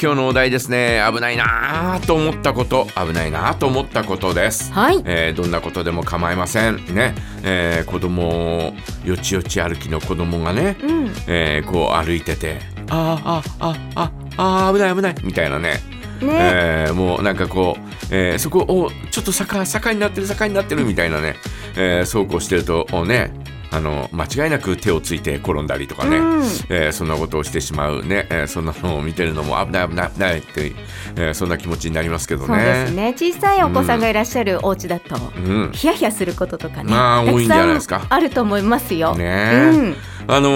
今日のお題ですね危ないなあと思ったこと危ないなあと思ったことです、はいえーどんなことでも構いませんね、えー子供よちよち歩きの子供がね、うんえーこう歩いててあーあーあーあーあー危ない危ないみたいなねね、えーもうなんかこう、えーそこをちょっと坂坂になってる坂になってるみたいなね、えーそうこうしてるとおねあの間違いなく手をついて転んだりとかね、うんえーそんなことをしてしまうね、えーそんなのを見てるのも危ない危ない危ないって、えーそんな気持ちになりますけどね。そうですね小さいお子さんがいらっしゃるお家だと、うんヒヤヒヤすることとかね、まあた多いんくじゃないさでんすかあると思いますよ。ねうん、あの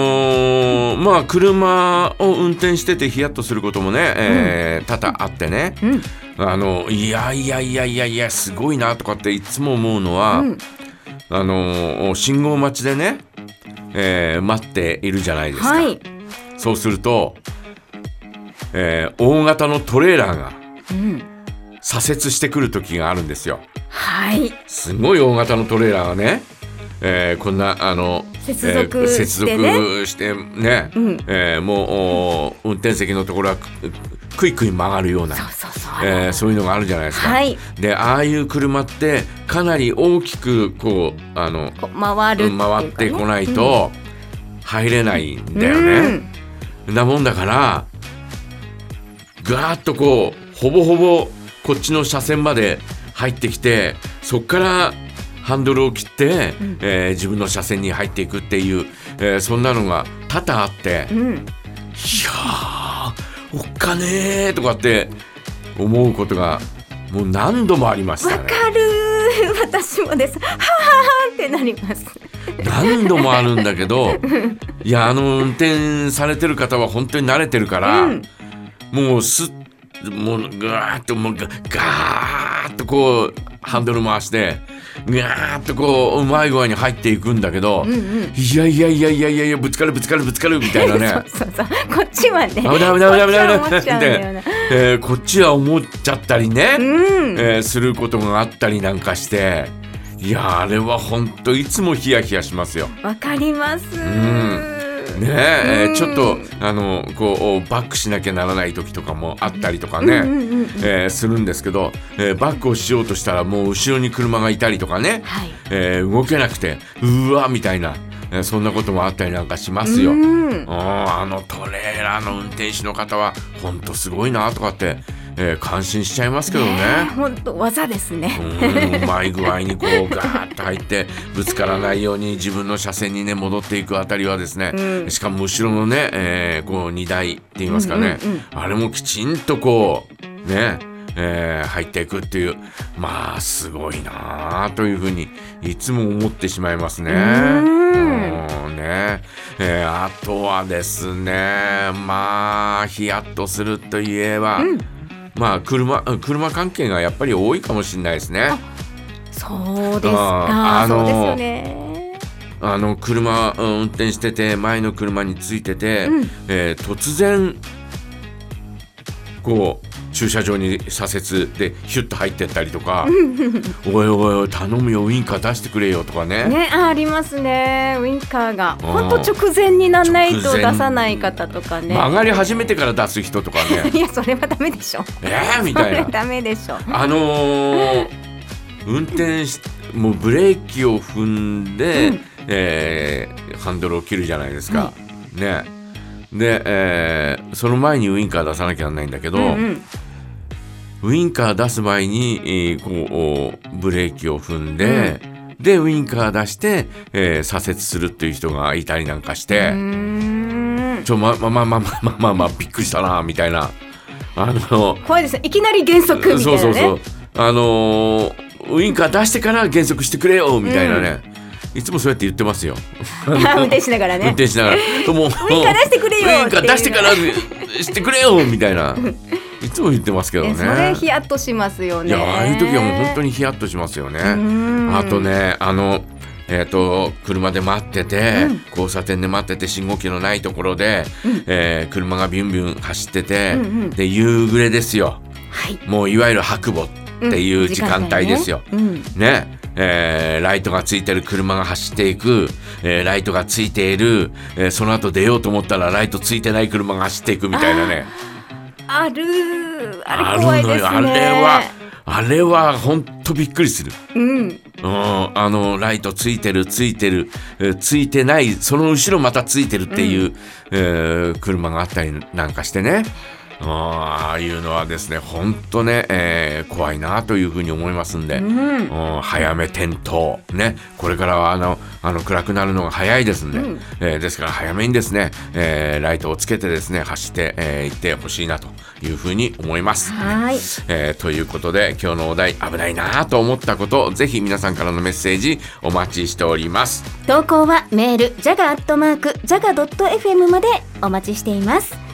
ーまあ車を運転しててヒヤッとすることもね、えー多々あってね、うん、あのいやいやいやいやいやすごいなとかっていつも思うのは、うんあの信号待ちでね、えー待っているじゃないですか、はい、そうすると、えー大型のトレーラーがうん、左折してくる時があるんですよはい、すごい大型のトレーラーがね、えーこんなあの接続してねえー接続してね、うんえーもうお運転席のところはくくいくい曲がるようなそうそうそう、えーそういうのがあるじゃないですか。はいでああいう車ってかなり大きくこうあのこう回るっていうかね、回ってこないと入れないんだよね。なもんだからガーッとこうほぼほぼこっちの車線まで入ってきてそっからハンドルを切って、うんえー自分の車線に入っていくっていう、えーそんなのが多々あって。うん、ういん、やーおっかねーとかって思うことがもう何度もありましわたかねるー、私もです。はははーってなります。何度もあるんだけ どいやあの運転されてる方は本当に慣れてるから、うんもうすっもうぐわーっともうガガーッとこうハンドル回してぐわーっとこううまい具合に入っていくんだけど、うんうん。いやいやいやいやいやいやぶつかるぶつかるぶつかるみたいなね そうそうそう。こっちはね。危危ない危ない危ないこ危ないっちは思っちゃうんだよな。えーこっちは思っちゃったりね、うん。えーすることがあったりなんかしていやーあれは本当いつもヒヤヒヤしますよ。わかります。んねええーうんちょっとあのこうバックしなきゃならない時とかもあったりとかね、うんうんうん。えーするんですけど、えーバックをしようとしたらもう後ろに車がいたりとかね、はい。えー動けなくてうわみたいな、えーそんなこともあったりなんかしますよ。うん。ああのトレーラーの運転手の方は本当すごいなとかって、えー感心しちゃいますけどねねえ。本当技ですね。うんうまい具合にこうガーッと入ってぶつからないように自分の車線にね戻っていくあたりはですね、うんしかも後ろのね、えーこう荷台って言いますかね、うんうんうんあれもきちんとこうね、えー入っていくっていうまあすごいなあというふうにいつも思ってしまいますね。うんうんねえーあとはですねまあヒヤッとするといえば。まあ車車関係がやっぱり多いかもしれないですね。 そうですあか。あそのーうですよね。あの車うん運転してて前の車についてて、うんえー突然こう駐車場に左折でヒュッと入ってったりと か「おいおいおい頼むよウインカー出してくれよ」とかねね、あありますね。ウインカーがん本当直前になんないと出さない方とかね。曲がり始めてから出す人とかね いやそれはダメでしょ。 「えー?」みそたいれなは。ダメでしょ。あのー、運転しもうブレーキを踏んで、うんえーハンドルを切るじゃないですか。ねで、えーその前にウインカー出さなきゃならないんだけど、うんうん。ウインカー出す前に、えーこうおブレーキを踏んで、でウインカー出して、えー左折するっていう人がいたりなんかしうて。ーんちょままままままままびっくりしたなみたいなあの怖いですね。いきなり減速みたいなね。そうそうそうあのーウインカー出してから減速してくれよみたいなね、いつもそうやって言ってますよ、 運転しながら運ね。転しなが らもうウインカー出してくれよウインカー出してからしてくれよみたい ないつも言ってますけどねえそれヒヤッとしますよいね。やああいう時はもう本当に。にヒヤッとしますよねんあとねあのえー、と車で待ってて、うん交差点で待ってて信号機のないところで、えー車がビュンビュン走ってて、うんうんで夕暮れですよ、はい。もういわゆる白母っていう時間帯ですよ。うん時間帯ねね、えーライトがついてる車が走っていく、えーライトがついている、えーその後出ようと思ったらライトついてない車が走っていくみたいなね。うんあるああれるの怖いよ、ですねあれはあれは本当びっくりする。うんうん、あのライトついてるついてるえーついてないその後ろまたついてるっていう、えー車があったりなんかしてねうんああいうのはですね本当ね、えー怖いなというふうに思いますんで、うん早め点灯ねこれからはあのあの暗くなるのが早いですんで、えーですから早めにですね、えーライトをつけてですね走ってい、えー行ってほしいなというふうに思います。はいえーということで今日のお題危ないなぁと思ったことぜひ皆さんからのメッセージお待ちしております投稿はメールジャガアットマークジャガドット FM までお待ちしています